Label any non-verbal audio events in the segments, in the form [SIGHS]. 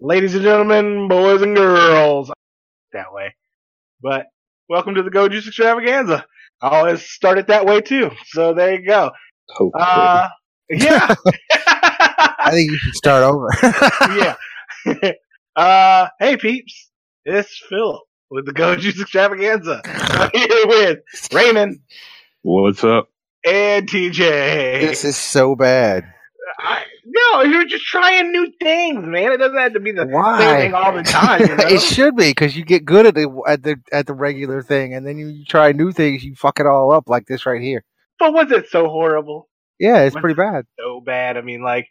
ladies and gentlemen, boys and girls. That way. But welcome to the Go Juice Extravaganza. I always start it that way too. So there you go. Hopefully. [LAUGHS] Uh, yeah. I think you should start over. [LAUGHS] yeah. [LAUGHS] uh, hey peeps, it's Phil with the Go Juice Extravaganza. I'm here with Raymond What's [LAUGHS] up? and TJ. this is so bad. I, no, you're just trying new things, man. It doesn't have to be the same Why? thing all the time. You [LAUGHS] know? it should be because you get good at the at the at the regular thing, and then you try new things, you fuck it all up like this right here. but was it so horrible? Yeah, it's pretty bad. So bad. I mean, like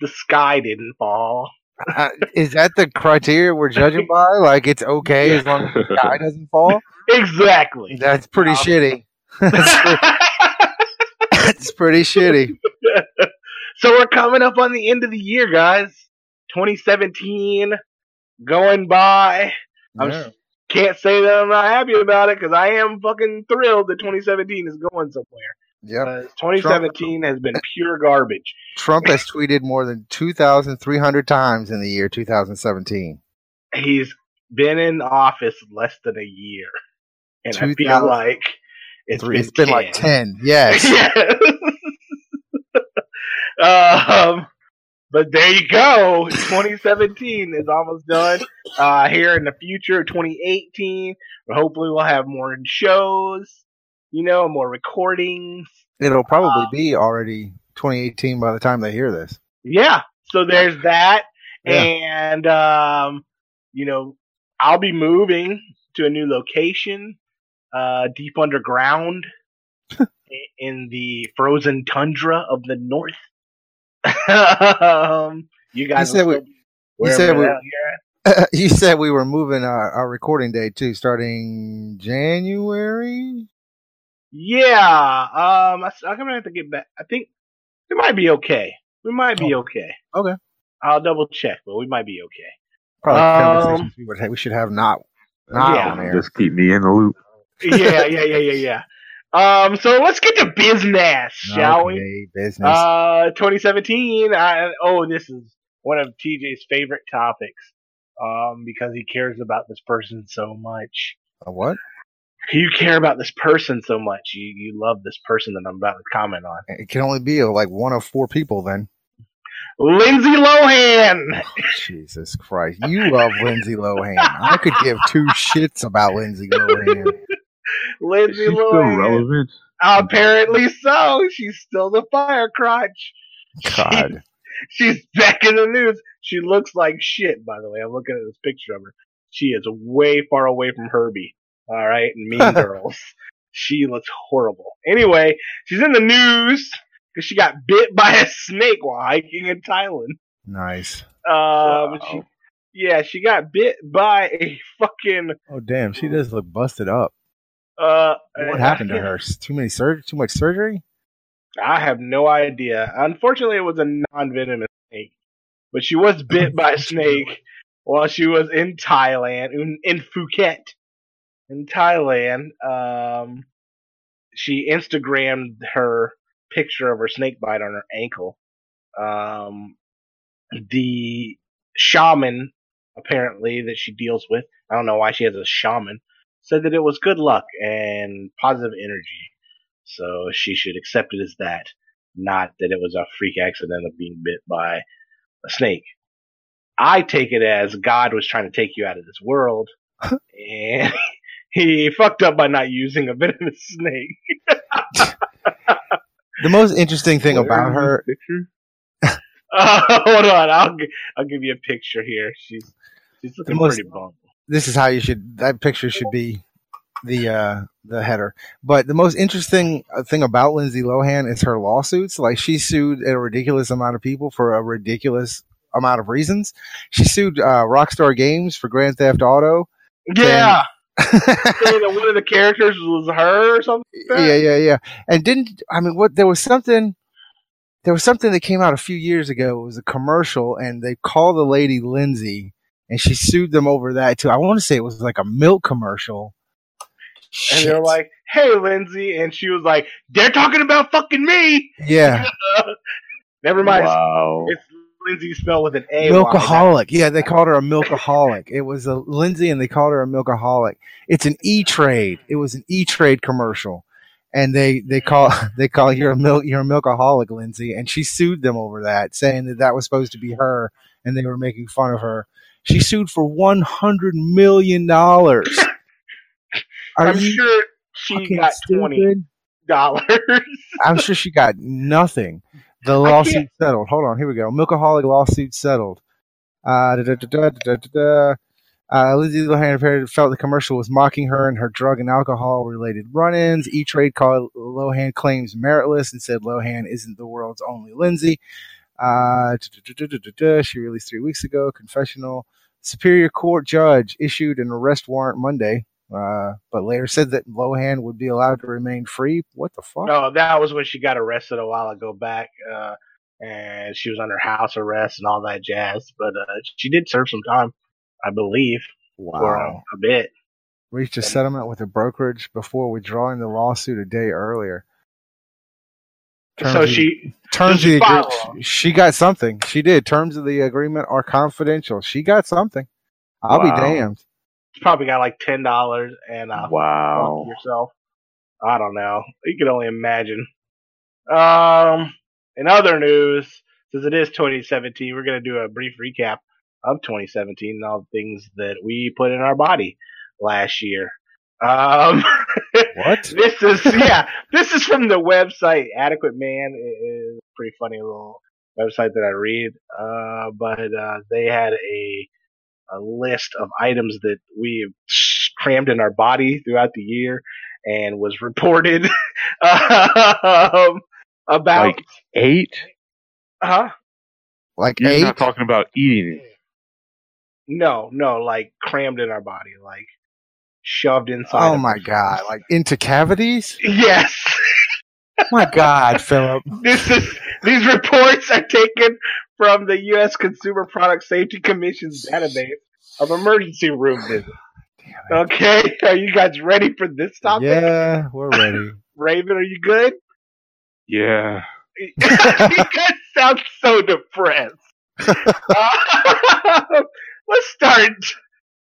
the sky didn't fall. Uh, is that the criteria we're judging by? [LAUGHS] Like it's okay as long as the [LAUGHS] guy doesn't fall. Exactly. That's pretty Um, shitty. [LAUGHS] that's, pretty, that's pretty shitty. [LAUGHS] so we're coming up on the end of the year, guys. 2017 going by. I'm Yeah. s- can't say that I'm not happy about it because I am fucking thrilled that 2017 is going somewhere. Yep. Uh, 2017 has been pure garbage. Trump has tweeted more than two thousand three hundred times in the year two thousand seventeen. he's been in office less than a year, and I 2000 feel like it's Three. been, It's been like ten. Yes. [LAUGHS] Yeah. um, but there you go. 2017 is almost done. Uh, here in the future, 2018, hopefully we'll have more shows. You know, more recordings. It'll probably be already 2018 by the time they hear this. Yeah. So there's that. Yeah. And um, you know, I'll be moving to a new location, uh, deep [LAUGHS] underground i- in the frozen tundra of the north. [LAUGHS] um, you guys said will we- still be wherever said we- the hell you're at. [LAUGHS] you said we were moving our, our recording date too, starting January. Yeah. Um, I, am gonna have to get back. I think we might be okay. We might be okay. Oh. Okay. I'll double check, but we might be okay. Probably Um, conversations we would ha- we should have not not Yeah. on air. Just keep me in the loop. yeah, yeah, yeah, yeah, yeah. Um, so let's get to business, shall we? Okay, Business. Uh, 2017. I, oh, this is one of TJ's favorite topics. Um, because he cares about this person so much. Uh, what? You care about this person so much. You you love this person that I'm about to comment on. It can only be uh, like one of four people then. Lindsay Lohan. Jesus Christ. You love Lindsay Lohan. I could give two shits about Lindsay Lohan. Is Lindsay she still Lohan. relevant? Apparently so. She's still the fire crotch. God. She's [LAUGHS] back in the news. She looks like shit, by the way. I'm looking at this picture of her. She is way far away from Herbie. All right, and [LAUGHS] Mean Girls. She looks horrible. Anyway, she's in the news because she got bit by a snake while hiking in Thailand. Nice. Um, Wow. she, yeah, she got bit by a fucking. Oh damn, she does look busted up. Uh, What happened to her? S- Too many sur- too much surgery? I have no idea. Unfortunately, it was a non-venomous snake, but she was bit by a snake while she was in Thailand, in, in Phuket, in Thailand. Um, she Instagrammed her picture of her snake bite on her ankle. Um, the shaman, apparently that she deals with, I don't know why she has a shaman, said that it was good luck and positive energy. So she should accept it as that, not that it was a freak accident of being bit by a snake. I take it as God was trying to take you out of this [LAUGHS] world, and [LAUGHS] he fucked up by not using a venomous snake. [LAUGHS] The most interesting thing Where about is her this picture? Uh, hold on, I'll gi- I'll give you a picture here. She's she's looking most- pretty [LAUGHS] bummed. this is how you should that picture should be the uh the header but the most interesting uh, thing about lindsay lohan is her lawsuits like she sued a ridiculous amount of people for a ridiculous amount of reasons she sued uh rockstar games for grand theft auto Yeah, [LAUGHS] saying that one of the characters was her or something. yeah yeah yeah and didn't i mean what there was something there was something that came out a few years ago it was a commercial and they called the lady lindsay and she sued them over that too i want to say it was like a milk commercial And they're Shit. like, "Hey, Lindsay," and she was like, "They're talking about fucking me." yeah Never mind. Wow. It's Lindsay spelled with an A. why Milkaholic. Yeah, they called her a milkaholic. It was a Lindsay and they called her a milkaholic. It's an E trade. It was an E trade commercial. And they, they call [LAUGHS] they call you're a milk you're a milkaholic, Lindsay, and she sued them over that, saying that that was supposed to be her, and they were making fun of her. She sued for one hundred million [LAUGHS] dollars. not? I'm sure she got twenty dollars. [LAUGHS] I'm sure she got nothing. The I lawsuit can't- settled. Hold on, here we go. Milkaholic lawsuit settled. Uh, da, da, da, da, da, da, da. Uh, Lindsay Lohan apparently felt the commercial was mocking her and her drug and alcohol related run ins. E Trade called Lohan claims meritless and said Lohan isn't the world's only Lindsay. Uh, da, da, da, da, da, da, da. She released three weeks ago. Confessional. Superior Court judge issued an arrest warrant Monday, uh, but later said that Lohan would be allowed to remain free. What the fuck? No, that was when she got arrested a while ago back, uh, and she was under house arrest and all that jazz. But uh, she did serve some time, I believe, for um, a bit. reached a settlement with a brokerage before withdrawing the lawsuit a day earlier. Terms so of- she, terms she of the agree- follow? she got something. She did. Terms of the agreement are confidential. She got something. I'll Wow. be damned. probably got like ten dollars and uh, wow. fuck yourself. I don't know. You can only imagine. Um, in other news, since it is 2017, we're gonna do a brief recap of 2017 and all the things that we put in our body last year. Um, [LAUGHS] What? this is yeah, this is from the website Adequate Man. It is a pretty funny little website that I read. Uh, but uh, they had a a list of items that we have crammed in our body throughout the year and was [LAUGHS] reported um, about Like- Eight? huh? Like You're eight? not talking about eating it. No, no, like crammed in our body, like shoved inside. Oh of- my god! Like into cavities? Yes. My [LAUGHS] God, Philip. This is, these reports are taken from the U.S. Consumer Product Safety Commission's database of emergency [SIGHS] room visits. Okay, are you guys ready for this topic? Yeah, we're ready. Raven, are you [LAUGHS] good? [LAUGHS] Yeah. you guys sound so [LAUGHS] depressed. [LAUGHS] Um, let's start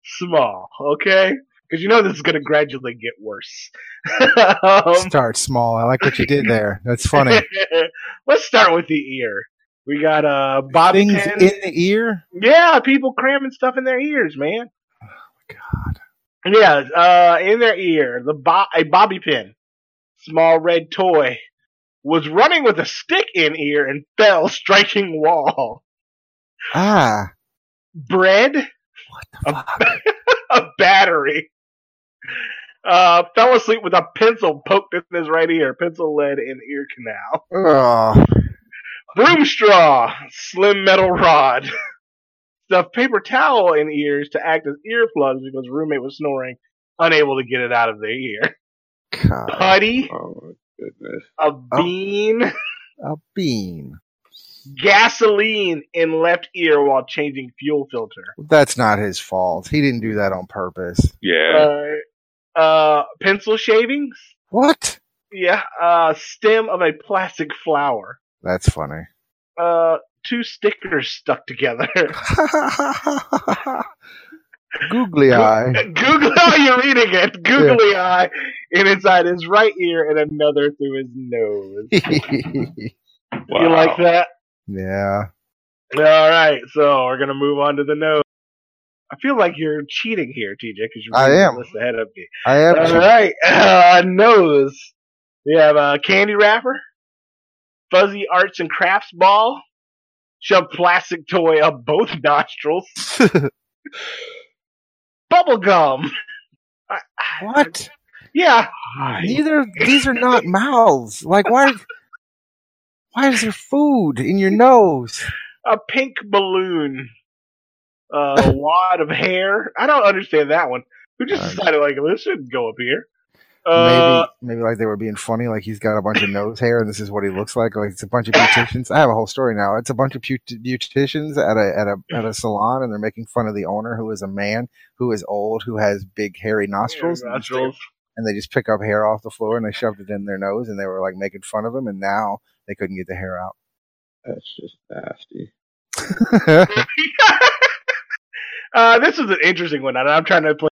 small, okay? Because you know this is going to gradually get worse. [LAUGHS] Um, Start small. I like what you did there. [LAUGHS] That's funny. let's start with the ear. We got uh, Bobby Things Pin. in the ear. Yeah, people cramming stuff in their ears, man. God. Yeah, uh, in their ear, the bo- a bobby pin, small red toy, was running with a stick in ear and fell, [LAUGHS] striking wall. Ah, Bread, what the fuck? [LAUGHS] a battery. Uh, fell asleep with a pencil poked in his right ear, pencil lead in ear canal. Oh, Broom straw, slim metal rod. [LAUGHS] Stuffed paper towel in ears to act as earplugs because roommate was snoring, unable to get it out of the ear. God. Putty, Oh, my goodness. a bean, A bean. gasoline in left ear while changing fuel filter. That's not his fault. He didn't do that on purpose. Yeah. Uh, uh, pencil shavings. What? Yeah. Uh, stem of a plastic flower. That's funny. [LAUGHS] Uh, two stickers stuck together. [LAUGHS] Googly eye. [LAUGHS] Google [LAUGHS] how you're reading it. Googly eye and inside his right ear and another through his nose. wow. Uh, You like that? yeah. All right, so we're gonna move on to the nose. I feel like you're cheating here, TJ, because you're I reading the am. list ahead of me. I have All right, [LAUGHS] uh, nose. We have a candy wrapper, fuzzy arts and crafts ball, shove plastic toy up both [LAUGHS] nostrils, bubble gum. I- I- [LAUGHS] what? Yeah, Neither these are not mouths. Like why why is there food in your nose? a pink balloon, a [LAUGHS] wad of hair. I don't understand that one. Who just Uh, decided like this shouldn't go up here? Uh, maybe maybe like they were being funny, like he's got a bunch of nose hair and this is what he looks like. Like it's a bunch of beauticians. I have a whole story now. It's a bunch of beaut- beauticians at a at a at a salon and they're making fun of the owner who is a man who is old, who has big hairy nostrils. and they- nostrils. and they just pick up hair off the floor and they shoved it in their nose and they were like making fun of him and now they couldn't get the hair out. That's just nasty. Uh, this is an interesting one, and I'm trying to play,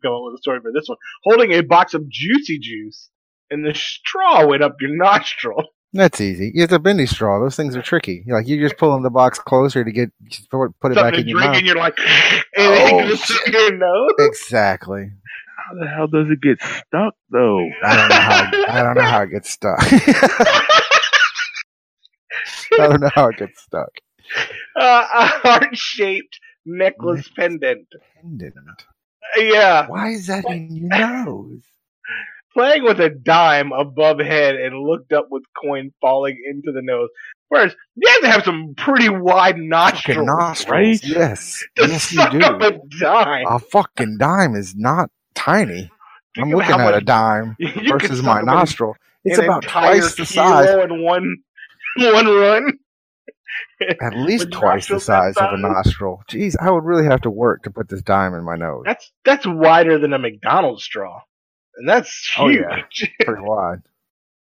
go with a story for this one. Holding a box of juicy juice, and the straw went up your nostril. [LAUGHS] That's easy. You have to bendy straw. Those things are tricky. You're Like you're just pulling the box closer to get just throw it, put it back Something in to your drink, mouth. and [LAUGHS] you're like, and it Oh, goes up your nose. [LAUGHS] Exactly. How the hell does it get stuck [LAUGHS] though? I don't know how. I don't know how it gets stuck. [LAUGHS] I don't know how it gets stuck. Uh, a heart-shaped necklace pendant. Pendant. Yeah, Why is that in your nose? playing with a dime above head and looked up with coin falling into the nose. First, you have to have some pretty wide Fucking nostrils nostrils. [LAUGHS] right? Yes. to Yes, you suck up do. a dime. A fucking dime is not tiny. I'm Think of looking how at a much- dime [LAUGHS] you could versus my suck up a nostril. It's an about entire twice the kilo size. in one [LAUGHS] one run. At least With twice the nostrils size of a that size. nostril. Jeez, I would really have to work to put this dime in my [LAUGHS] nose. That's that's wider than a McDonald's straw, and that's Oh, huge. [LAUGHS] yeah. Pretty wide.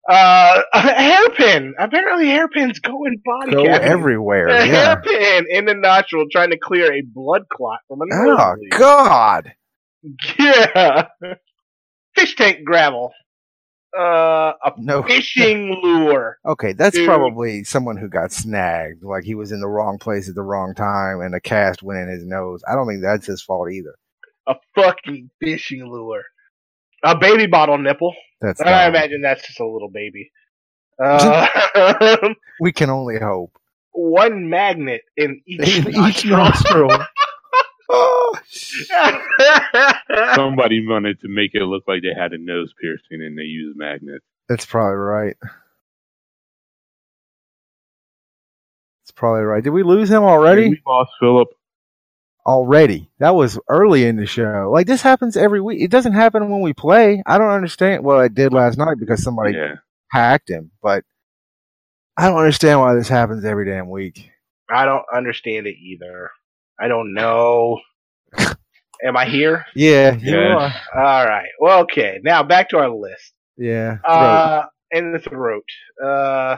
Uh, a hairpin. Apparently, hairpins go in body Go cavities. [LAUGHS] everywhere. a Yeah. hairpin in the nostril, trying to clear a blood clot from a nose. Oh God. Yeah. Fish tank gravel. Uh, a No. fishing lure. Okay, that's Dude. probably someone who got snagged. Like he was in the wrong place at the wrong time, and a cast went in his nose. I don't think that's his fault either. A fucking fishing lure. A baby bottle nipple. That's I dumb. imagine that's just a little baby. Uh, [LAUGHS] we can only hope. one magnet in each. Each nostril. [LAUGHS] oh, shit. Somebody wanted to make it look like they had a nose piercing and they used magnets. That's probably right. That's probably right. Did we lose him already? We lost Philip. Already. That was early in the show. Like this happens every week. It doesn't happen when we play. I don't understand. Well, it did last night because somebody yeah. hacked him, but I don't understand why this happens every damn week. I don't understand it either. I don't know. Am I here? Yeah, you Yes. are. All right. Well, okay. Now back to our list. Yeah. right. Uh, in the throat. Uh,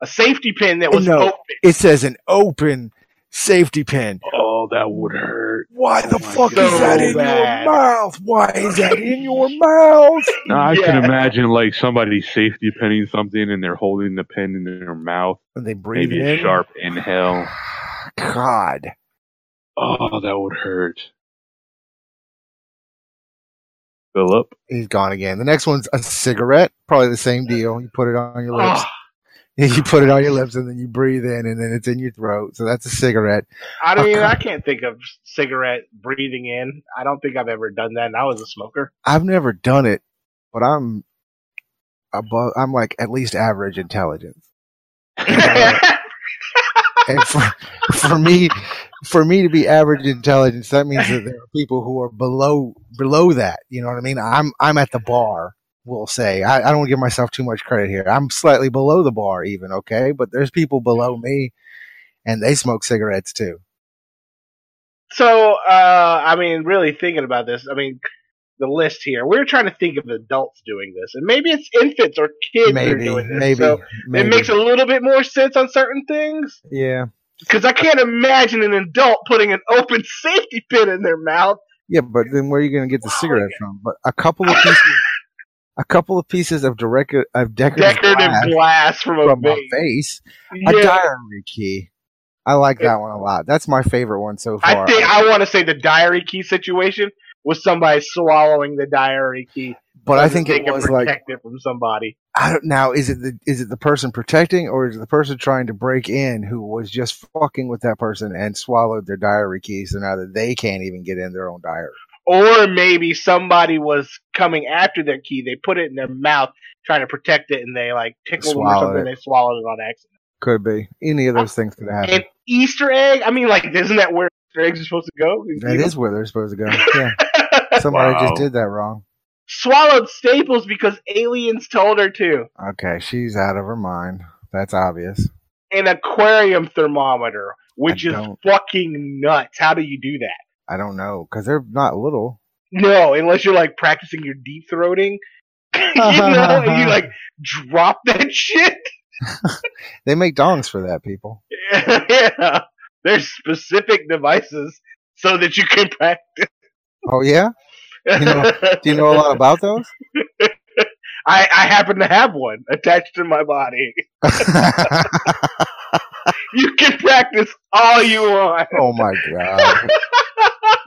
a safety pin that was No. open. It says an open safety pin. Oh, that would hurt. Why the Oh my fuck is God. that So in bad. your mouth? Why is that in your mouth? [LAUGHS] No, I Yeah. can imagine like somebody safety pinning something and they're holding the pin in their mouth. And they breathe Maybe a in. sharp inhale. [SIGHS] God. Oh, that would hurt. [LAUGHS] Philip. He's gone again. The next one's a cigarette. Probably the same deal. You put it on your Ah. lips. Ugh, You put it on your lips [LAUGHS] and then you breathe in and then it's in your throat. So that's a cigarette. I mean, Okay. I can't think of cigarette breathing in. I don't think I've ever done that. And I was a [LAUGHS] smoker. I've never done it, but I'm above I'm like at least average intelligence. and [LAUGHS] for, for me for me to be average intelligence that means that there are people who are below below that you know what i mean i'm i'm at the bar we'll say i, I don't give myself too much credit here i'm slightly below the bar even okay but there's people below me and they smoke cigarettes too So, uh, I mean, really thinking about this, I mean, the list here, we're trying to think of adults doing this, and maybe it's infants or kids that are maybe doing this. maybe, so maybe. it makes a little bit more sense on certain things yeah because I can't imagine an adult putting an open [LAUGHS] safety pin in their mouth. yeah but then where are you going to get the cigarette from but a couple of pieces a couple of pieces of direct of decorative, Decorative glass glass, from a from my vape. face Yeah, A diary key. I like that one a lot. That's my favorite one so far. I think I want to say the diary key situation was somebody swallowing the diary key. but so I that think they it can was like protect it from somebody. I don't now is it the is it the person protecting or is it the person trying to break in who was just fucking with that person and swallowed their diary key so now that they can't even get in their own diary. Or maybe somebody was coming after their key. They put it in their mouth, trying to protect it, and they like tickled them or Swallowed something. and They swallowed it on accident. Could be. Any of those things could happen. An Easter egg? I mean, like, isn't that where Easter eggs are supposed to go? That is where they're supposed to go. Yeah. Somebody Wow. just did that wrong. swallowed staples because aliens told her to. Okay, she's out of her mind. That's obvious. An aquarium thermometer, which I is don't- fucking nuts. How do you do that? I don't know because they're not little. No, unless you're like practicing your deep throating. [LAUGHS] you know, [LAUGHS] and you like drop that [LAUGHS] shit. They make dongs for that, people. yeah. There's specific devices so that you can [LAUGHS] practice. Oh yeah. You know, do you know a lot about those? [LAUGHS] [LAUGHS] I, I happen to have one attached to my body. You can practice all you want. oh my god.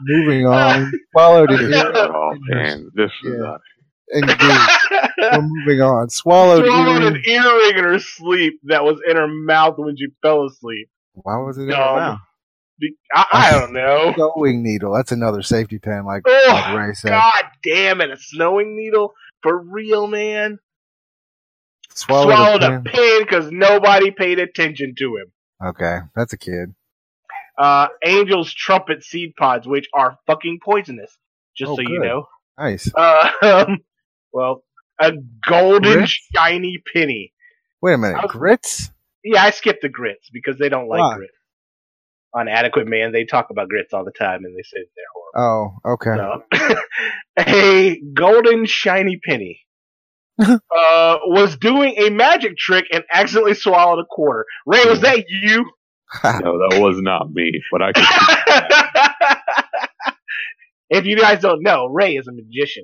Moving on. [LAUGHS] Swallowed it here. Oh man, this is Yeah. [LAUGHS] Indeed. We're moving on. Swallowed. Swallowed earring. an earring in her sleep that was in her mouth when she fell asleep. Why was it in her Dumb. mouth? Be- I, I don't [LAUGHS] know. Sewing needle. That's another safety pin, like, like Oh, Ray said. God damn it. A snowing needle? For real, man? Swallowed, Swallowed a a pin. pin because nobody paid attention to him. Okay, that's a kid. Uh, Angel's trumpet seed pods, which are fucking poisonous. Just Oh, so you good. know. Nice. Uh, [LAUGHS] well, a golden Grits? shiny penny. Wait a minute. How's- Grits? Yeah, I skip the grits because they don't like Why? grits. On Adequate Man, they talk about grits all the time, and they say they're Oh, okay. horrible. So. [LAUGHS] a golden shiny penny uh, was doing a magic trick and accidentally swallowed a quarter. Ray, was that you? [LAUGHS] no, that was not me. But I could if you guys don't know, Ray is a magician.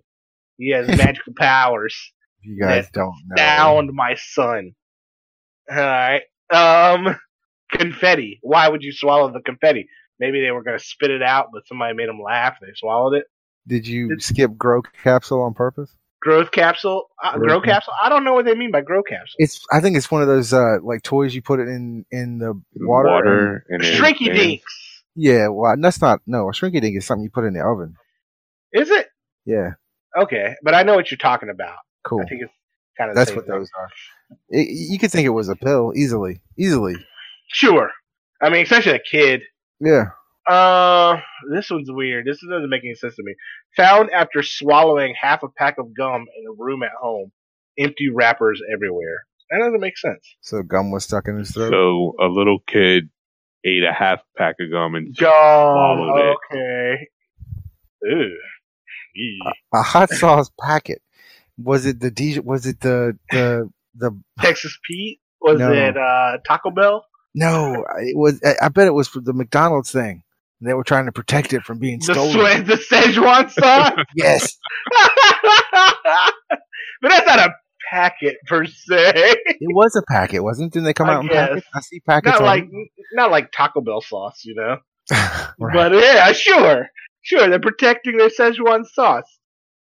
He has magical powers. you guys don't know. Downed my son. All right. Um, confetti. Why would you swallow the confetti? Maybe they were going to spit it out, but somebody made them laugh. They swallowed it. Did you Did- skip grow capsule on purpose? Growth capsule. Uh, grow Growth capsule. I don't know what they mean by grow capsule. It's. I think it's one of those uh, like toys you put it in in the water. water, and- and it Shrinky expands. dinks. yeah. Well, that's not. No, a shrinky dink is something you put in the oven. Is it Yeah. okay? But I know what you're talking about. Cool. I think it's kind of the That's same what thing. those are. It, you could think it was a pill easily. Easily. Sure. I mean, especially a kid. Yeah. Uh, this one's weird. This doesn't make any sense to me. Found after swallowing half a pack of gum in a room at home. Empty wrappers everywhere. That doesn't make sense. So gum was stuck in his throat. So a little kid ate a half pack of gum and Gum. Swallowed it. Okay. Ooh. Eee. a hot sauce packet. Was it the DJ? Was it the the the? Texas Pete? Was No. it uh, Taco Bell? No, it was. I, I bet it was for the McDonald's thing. They were trying to protect it from being The stolen. sweat, the Szechuan sauce? [LAUGHS] Yes, but that's not a packet per se. it was a packet, wasn't? it? Didn't they come I out in guess. packets? I see packets. Not on- like not like Taco Bell sauce, you know. [LAUGHS] Right. But yeah, sure, sure. They're protecting their Szechuan sauce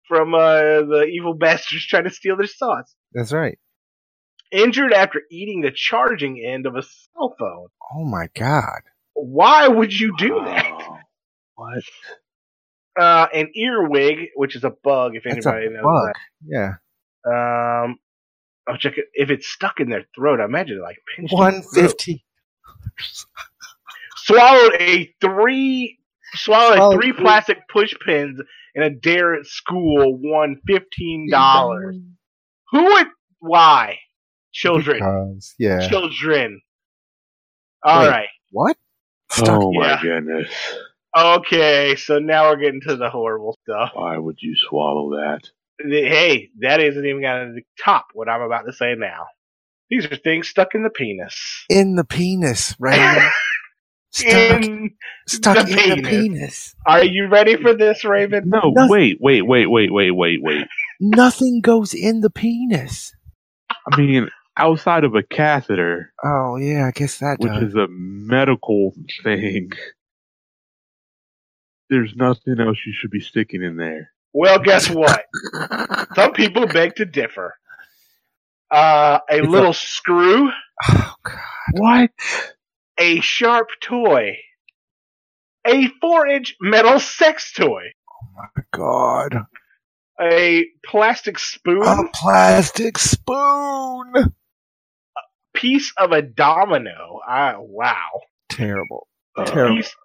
from uh, the evil bastards trying to steal their sauce. That's right. Injured after eating the charging end of a cell phone. Oh my god! Why would you Oh. do that? Wow. What? Uh, an earwig, which is a bug, if That's anybody a knows bug. Yeah, that. Um, I'll check it. If it's stuck in their throat, I imagine it like pinched in their one fifty. swallowed a three swallowed, Swallowed three three- plastic push pins in a dare at school won fifteen dollars. Who would why? Children. Because, yeah. Children. All Wait. right. What? Stuck. Oh my Yeah. goodness! Okay, so now we're getting to the horrible stuff. Why would you swallow that? Hey, that isn't even gonna top what I'm about to say now. These are things stuck in the penis. in the penis, [LAUGHS] right? stuck, In- stuck the in the penis. penis. are you ready for this, [LAUGHS] Raven? No, Nothing. wait, wait, wait, wait, wait, wait, wait. Nothing goes in the penis. I mean, outside of a catheter, Oh yeah, I guess that which does. is a medical thing, there's nothing else you should be sticking in there. Well, guess what? Some people beg to differ. Uh, a It's little screw, oh god. What? a sharp toy, a four-inch metal sex toy, Oh, God. a plastic spoon, A plastic spoon. piece of a domino. Ah, wow. Terrible. Uh, Terrible. Piece,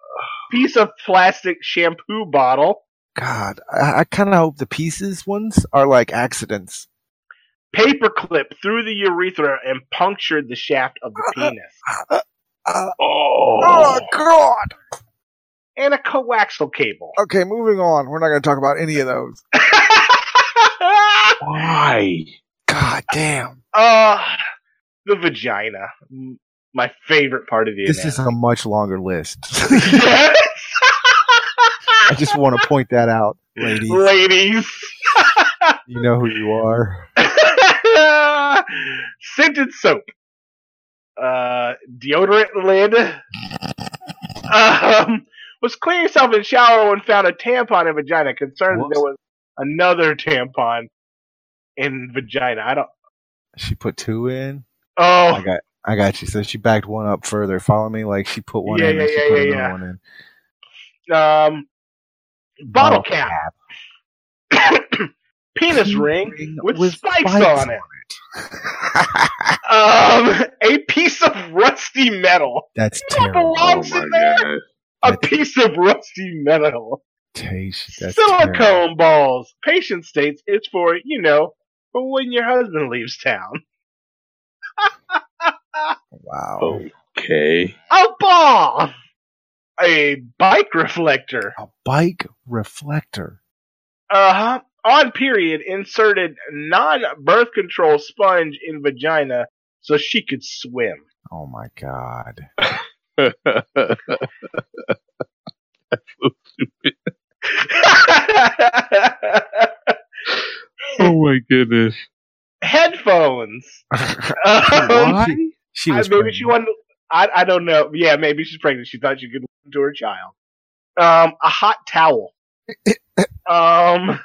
piece of plastic shampoo bottle, God. I, I kind of hope the pieces ones are like accidents. paperclip through the urethra and punctured the shaft of the penis, oh, Uh, God. and a coaxial cable. Okay, moving on. We're not going to talk about any of those. why? God damn. [LAUGHS] uh, the Oh, vagina. my favorite part of the This anatomy. is a much longer list. [LAUGHS] [LAUGHS] Yes! I [LAUGHS] just want to point that out, ladies. ladies. [LAUGHS] You know who you are. Scented soap. Uh, deodorant lid. um, was cleaning yourself in shower when found a tampon in vagina. Concerned that Whoops. there was another tampon in vagina. I don't. She put two in. I Oh, got, I got you. So she backed one up further. Follow me, like she put one Yeah, in and yeah, she yeah, put yeah, another yeah. one in. um, Oh, bottle cap, [COUGHS] penis ring with, spikes, on it. Um, a piece of rusty metal. [LAUGHS] That's What terrible. Oh, belongs in there? gosh. A That's- piece of rusty metal. Taste. That's silicone terrible. balls. Patient states it's for, you know, for when your husband leaves town. Wow. Oh. Okay. A ball! A bike reflector. A bike reflector. Uh huh. On period, inserted non birth control sponge in vagina so she could swim. [LAUGHS] Oh my god. That's so stupid. Oh [LAUGHS] Oh my goodness. [LAUGHS] Headphones. Um, What? She I- was. maybe she pregnant. wanted. I I don't know. Yeah, maybe she's pregnant. She thought she could listen to her child. Um, a hot [LAUGHS] towel. um,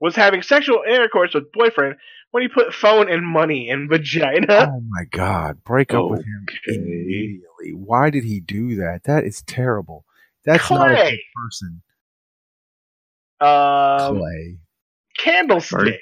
was having sexual intercourse with boyfriend when he put phone and money in vagina. Oh my god. Break up with him Okay. immediately. Why did he do that? That is terrible. That's not a good Clay. person. Um, Clay. candlestick,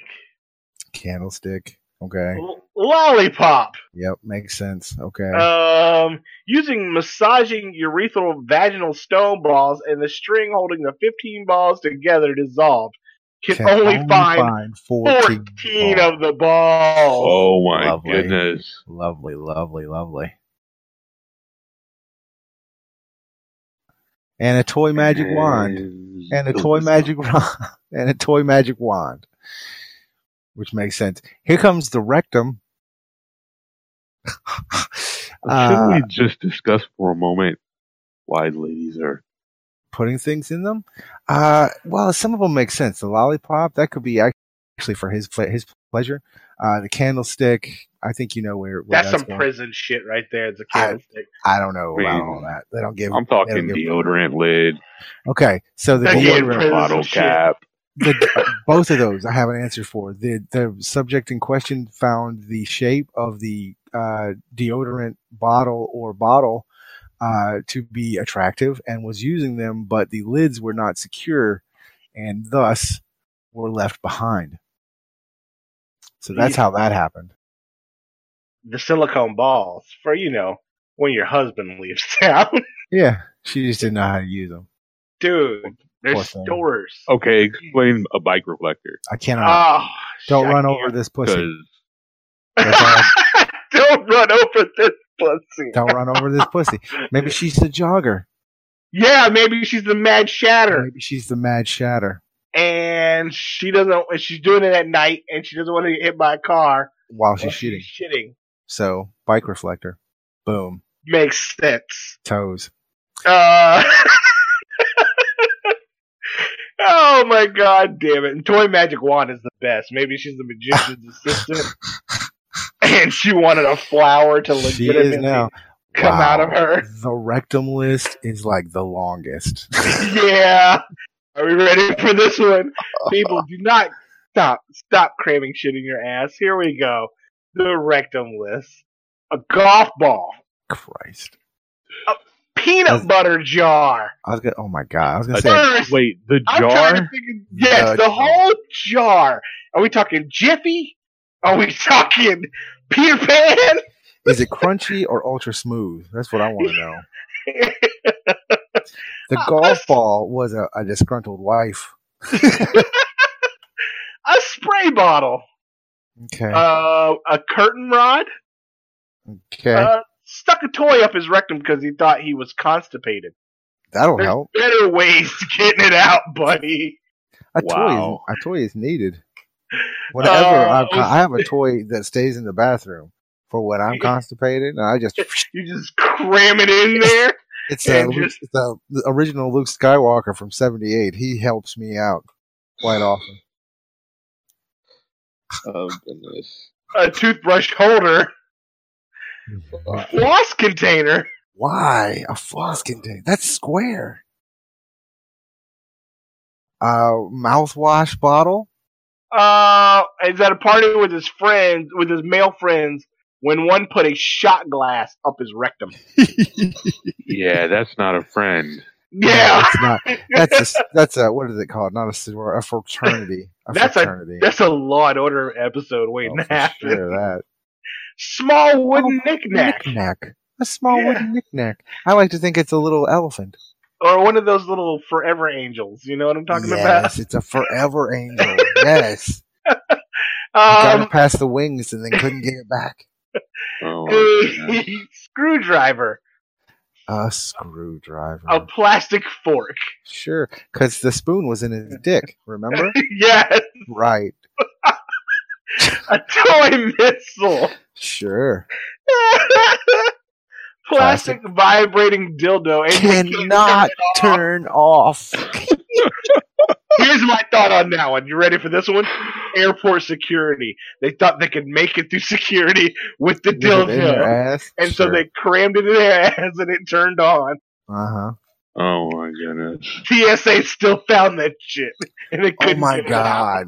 Candlestick. Okay. L- lollipop. Yep. Makes sense. Okay. Um, using massaging urethral vaginal stone balls and the string holding the fifteen balls together dissolved can, Can only, find 14, fourteen balls. of the balls. Oh my Lovely. goodness. Lovely, lovely, lovely. And a toy magic wand. And a toy magic [LAUGHS] wand. And a toy magic wand. Which makes sense. Here comes the rectum. Shouldn't Uh, we just discuss for a moment why ladies are putting things in them. Uh, well, some of them make sense. The lollipop that could be ac- actually for his ple- his pleasure. Uh, the candlestick. I think you know where. where That's some going. prison shit right there. It's a I- candlestick. I don't know about Please. all that. They don't give. I'm they talking don't give- deodorant lid, Okay, so the They deodorant- give prison bottle shit. cap. the, both of those I have an answer for. The the subject in question found the shape of the uh, deodorant bottle or bottle uh, to be attractive and was using them, but the lids were not secure and thus were left behind. So that's how that happened. the silicone balls for you know when your husband leaves [LAUGHS] town, Yeah, she just didn't know how to use them. dude. Poor There's thing. Oh, stores. Okay, explain a bike reflector I cannot. Ah, don't shit, I run can't. over [LAUGHS] this pussy. because That's all I Don't run over this pussy. don't run over this pussy. Maybe she's the jogger. Yeah, maybe she's the mad shatter, Maybe she's the mad shatter. and she doesn't. and She's doing it at night, and she doesn't want to get hit by a car. while she's Well, shooting. shitting. So bike reflector, boom, Makes sense. toes. Uh, [LAUGHS] oh my god, damn it! And Toy Magic Wand is the best. Maybe she's the magician's [LAUGHS] assistant, and she wanted a flower to She is legitimately now. [LAUGHS] come out of Wow. her. The rectum list is like the longest. [LAUGHS] [LAUGHS] Yeah. Are we ready for this one? People, do not stop. Stop cramming shit in your ass. Here we go. The rectum list. A golf ball. Christ, Peanut butter jar. I was gonna. Oh my god, I was gonna say. First, wait, the I'm trying to jar. think of- yes, The the, whole jar. Are we talking Jiffy? Are we [LAUGHS] talking Peter Pan? [LAUGHS] Is it crunchy or ultra smooth? That's what I want to know. The golf ball was a, a disgruntled wife. a spray bottle. Okay. Uh, a curtain rod. okay. Uh, stuck a toy up his rectum because he thought he was constipated. That'll there's- Oh, help. Better ways to getting it out, buddy. A Wow. [LAUGHS] Oh. toy. Is, a toy is needed. Whatever. Uh, I, I have a toy that stays in the bathroom for [LAUGHS] when I'm constipated, and I just You just cram it in there. it's uh, And Luke- just- it's, uh, the original Luke Skywalker from '78. He helps me out quite often. Oh goodness. A toothbrush holder, floss container. Why a floss container? That's square. Uh, [LAUGHS] mouthwash bottle. Uh, is at a party with his friends, with his male friends, when one put a shot glass up his [LAUGHS] rectum. Yeah, that's not a friend. Yeah, it's not. That's a, s- [LAUGHS] that's a what is it called? Not a soror, a fraternity. A That's a- fraternity. that's a Law and Order episode waiting Oh, to for happen. [LAUGHS] sure, that. Small wooden knickknack, knickknack. A small Yeah. wooden knickknack. I like to think it's a little elephant. or one of those little forever angels. You know what I'm talking yes, it's a forever angel. Yes. about? Got Um, it past the wings and then couldn't [LAUGHS] get it back. Oh, my a [LAUGHS] screwdriver, A screwdriver. a plastic fork. [LAUGHS] Sure. Because the spoon was in his dick, remember? [LAUGHS] yes, right. a toy [LAUGHS] missile. Sure. Plastic vibrating dildo. And you can't Cannot turn it off. turn [LAUGHS] off. Here's my thought on that one. You ready for this one? Airport security. They thought they could make it through security with the With it in your dildo. ass. And so they crammed it in their ass and it turned on. Uh huh. oh my goodness. TSA still found that shit. And it Oh couldn't my get it out. god.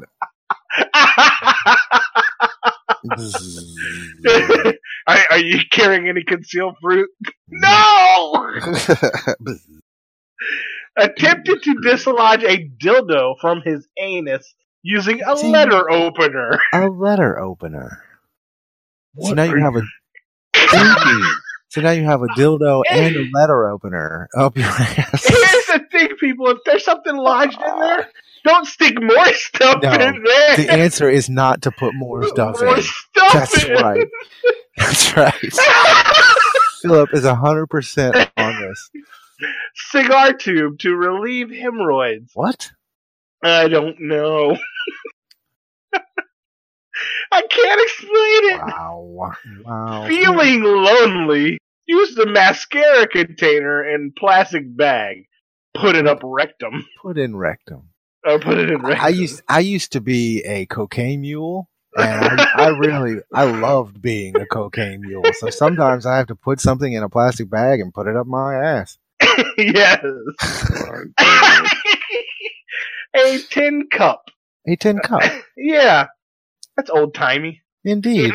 [LAUGHS] are, are you carrying any concealed fruit? No! attempted to dislodge a dildo from his anus using a See? letter opener. [LAUGHS] a letter opener. So What now are you have a Thinking. So now you have a dildo and a letter opener up your [LAUGHS] ass. Here's the thing, people. If there's something lodged in there, don't stick more stuff No. in there. The answer is not to put more stuff more in. stuff That's in. [LAUGHS] right. That's right. Philip is 100% on this. [LAUGHS] Cigar tube to relieve hemorrhoids. What? I don't know. [LAUGHS] I can't explain it. Wow. Wow. Feeling lonely. Use the mascara container and plastic bag. Put it up rectum. Put in rectum. Or put it in rectum. I used I used to be a [LAUGHS] cocaine mule. And I, I really I loved being a cocaine mule. So sometimes I have to put something in a plastic bag and put it up my ass. [LAUGHS] yes. [LAUGHS] Oh, my goodness. a tin cup. A tin cup. Yeah. That's old timey. Indeed.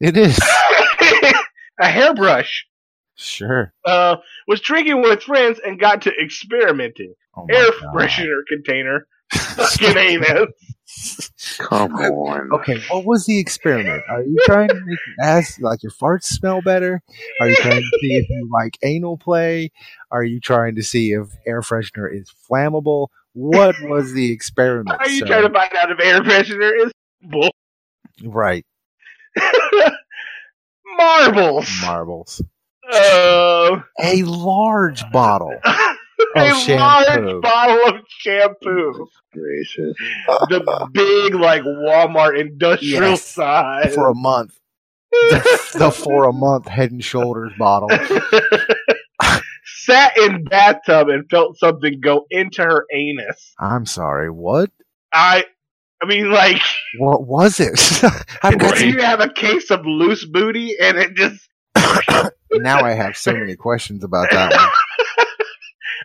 It is. [LAUGHS] a hairbrush. Sure. Uh, was drinking with friends and got to experimenting. Oh my Air God. [LAUGHS] freshener container. Fucking anus. Come on. Okay, what was the experiment? Are you trying to make your ass like your farts smell better? Are you trying to see if you like anal play? Are you trying to see if air freshener is flammable? What was the experiment? Are you sir? trying to find out if air freshener is bull? [LAUGHS] right Marbles. marbles? Uh, [LAUGHS] [LAUGHS] A large bottle. a Oh, shampoo. large bottle of [LAUGHS] shampoo. Gracious. The big, like, Walmart industrial Yes. size. For a month, the, the for a month head and shoulders bottle. [LAUGHS] Sat in bathtub and felt something go into her anus. I'm sorry, what? I, I mean, [LAUGHS] like What was it? [LAUGHS] I've got you have a case of loose booty, and it just. now I have so many questions about that one.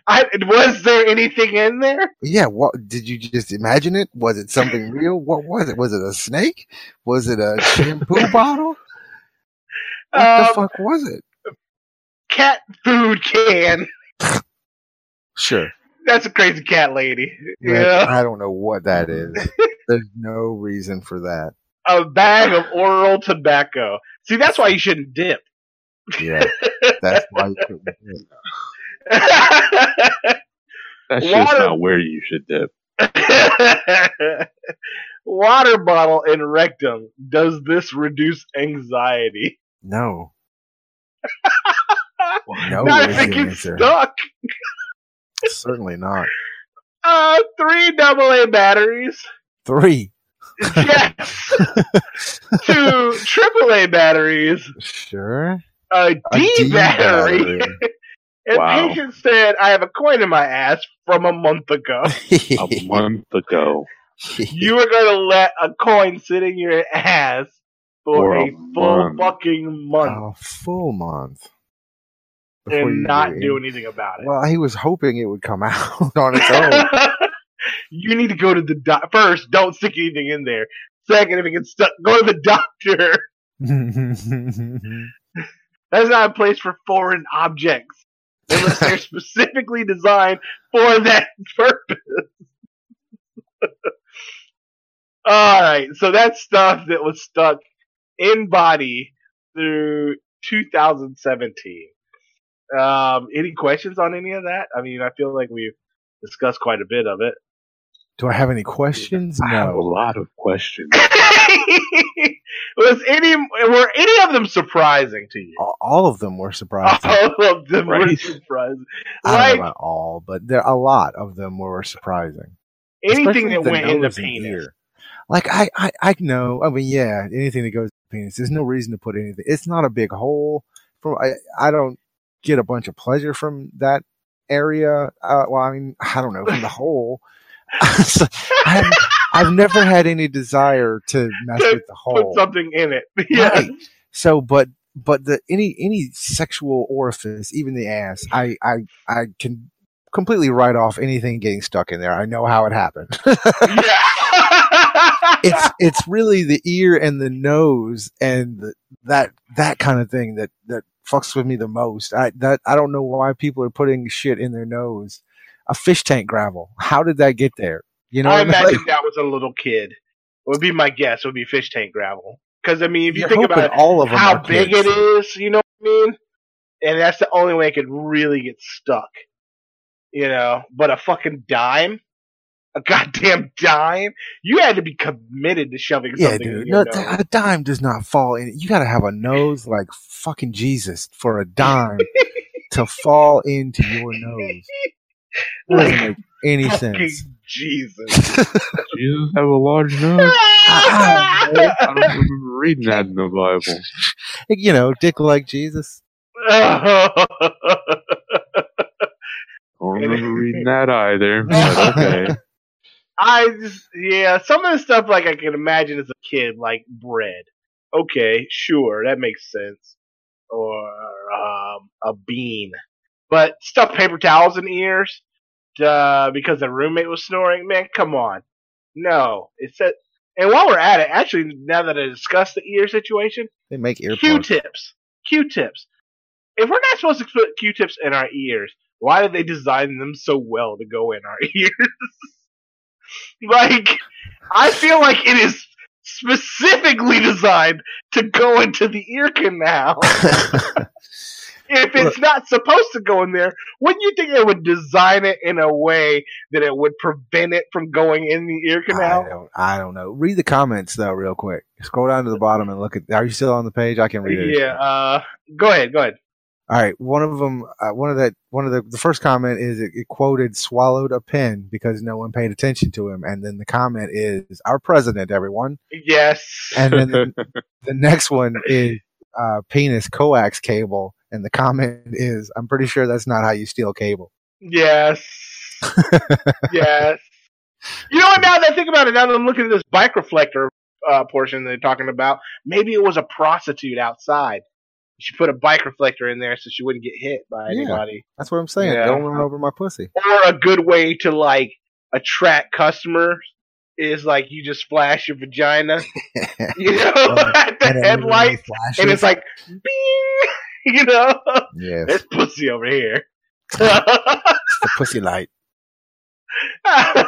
I was there anything in there? Yeah, what did you just imagine it? Was it something real? What was it? Was it a snake? Was it [LAUGHS] a shampoo bottle? What the Um, fuck was it? cat food can. Sure. That's a crazy cat lady. Yeah. Yeah. I don't know what [LAUGHS] that is. There's no reason for that. A bag of oral tobacco. See, that's why you shouldn't dip. [LAUGHS] Yeah. That's why you couldn't do it. That's Water- just not where you should dip. Water bottle in rectum. Does this reduce anxiety? No. No Not is if it the gets Oh, answer. stuck. Certainly not. Uh, three double A batteries. Three. Yes. Two AAA batteries, Sure. a D, A D battery. [LAUGHS] battery. and Wow. patient said, "I have a coin in my ass from a month ago. [LAUGHS] a month ago you are going to let a coin sit in your ass for For a, a full month. fucking month a full month. Oh, Before and you not knew do anything about it." Well, he was hoping it would come out [LAUGHS] on its own. [LAUGHS] you need to go to the doc first. Don't stick anything in there. Second, if it gets stuck, go to the doctor. [LAUGHS] That's not a place for foreign objects unless they're specifically designed for that [LAUGHS] purpose. All right, so that's stuff that was stuck in body through 2017. Um, any questions on any of that? I mean, I feel like we've discussed quite a bit of it. [LAUGHS] Do I have any questions? i have a No. lot of questions was any were any of them surprising to you? A- All of them were surprising. All of them were Right. surprising. I don't Like know about all, but there a lot of them were surprising. anything Especially that with the went in the nose and penis. ear. Like I, I, I know. I mean, yeah, anything that goes in the penis. There's no reason to put anything. It's not a big hole. From I, I don't get a bunch of pleasure from that area. Uh, well, I mean, [LAUGHS] I don't know [LAUGHS] from the hole. [LAUGHS] So, I have I've never had any desire to mess To with the Put hole. something in it. [LAUGHS] Yeah. [LAUGHS] Right. So, but but the any any sexual orifice, even the ass, I I I can completely write off anything getting stuck in there. I know how [LAUGHS] it happened. yeah. it's it's really the ear and the nose and the, that that kind of thing that that fucks with me the most. I that I don't know why people are putting shit in their nose. A fish tank gravel. How did that get there? You know, I what mean? [LAUGHS] imagine that was a little kid. Would be my guess. Would be fish tank gravel. Because I mean, if you You're think hoping about it, all of them how are big kids. it is, you know what I mean. And that's the only way it could really get stuck. You know, but a fucking dime. A goddamn dime! You had to be committed to shoving Yeah, something in dude. No, your d- nose. a dime does not fall in. You got to have a nose like fucking Jesus for [LAUGHS] a dime to fall into your nose. Doesn't Like, make any fucking sense. Jesus! jesus have a large Mm. nose [LAUGHS] Ah, Ugh, i don't remember reading that in the bible [LAUGHS] You know, dick like Jesus. [LAUGHS] i don't remember reading that either but okay I just, yeah, some of the stuff like I can imagine as a kid, like bread. Okay, sure, that makes sense. Or um, a bean, but stuff paper towels in ears uh, because the roommate was snoring. Man, come on, no. It said, and while we're at it, actually, now that I discussed the ear situation, They make earplugs. Q-tips, Q-tips. If we're not supposed to put Q-tips in our ears, why did they design them so well to go in our [LAUGHS] ears? like, I feel like it is specifically designed to go into the ear canal. [LAUGHS] If it's not supposed to go in there, wouldn't you think they would design it in a way that it would prevent it from going in the ear I canal? don't, I don't know. Read the comments though, real quick. Scroll down to the bottom and look at. Are you still on the page? I can read it. Yeah. Uh, go ahead. Go ahead. All right. One of them. Uh, one of that. One of the. The first comment is it, it quoted swallowed a pen because no one paid attention to him, and then the comment is our president. Everyone. Yes. And [LAUGHS] then the, the next one is uh, penis coax cable, and the comment is, "I'm pretty sure that's not how you steal cable." Yes. yes. You know what? Now that I think about it, now that I'm looking at this bike reflector uh, portion they're talking about, maybe it was a prostitute outside. She put a bike reflector in there so she wouldn't get hit by Yeah. anybody, That's what I'm saying. Yeah. Don't run over my [LAUGHS] pussy. or a good way to like attract customers is like you just flash your vagina, [LAUGHS] you know, [LAUGHS] at the it headlight, literally flashes. and it's like, bing, [LAUGHS] you know, yes, there's pussy over here. it's the pussy light. uh,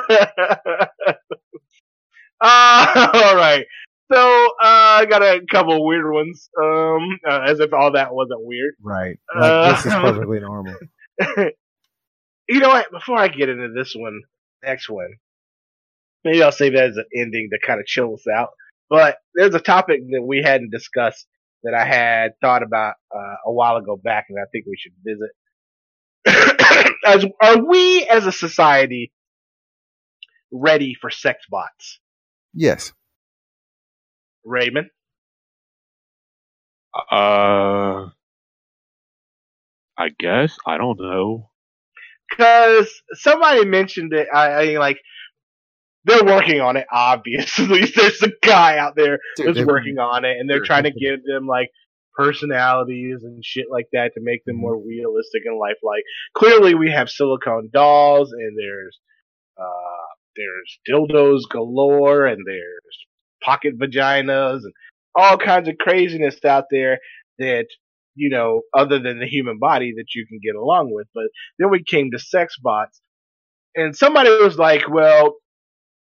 [LAUGHS] all right. So uh, I got a couple weird ones. Um, uh, as if all that wasn't weird. Right. Uh, Like, this is perfectly normal. [LAUGHS] You know what? Before I get into this one, next one, maybe I'll save that as an ending to kind of chill us out. But there's a topic that we hadn't discussed that I had thought about uh, a while ago back, and I think we should visit. [COUGHS] as are we as a society ready for sex bots? Yes. Raymond. Uh, I guess I don't know. Because somebody mentioned it. I, I mean, like, they're working on it, obviously. [LAUGHS] There's a guy out there Dude, that's they're- working on it, and they're Sure. trying to give them, like, personalities and shit like that to make them more realistic and lifelike. Clearly, we have silicone dolls, and there's, uh, there's dildos galore, and there's pocket vaginas, and all kinds of craziness out there that, you know, other than the human body that you can get along with. But then we came to sex bots, and somebody was like, well,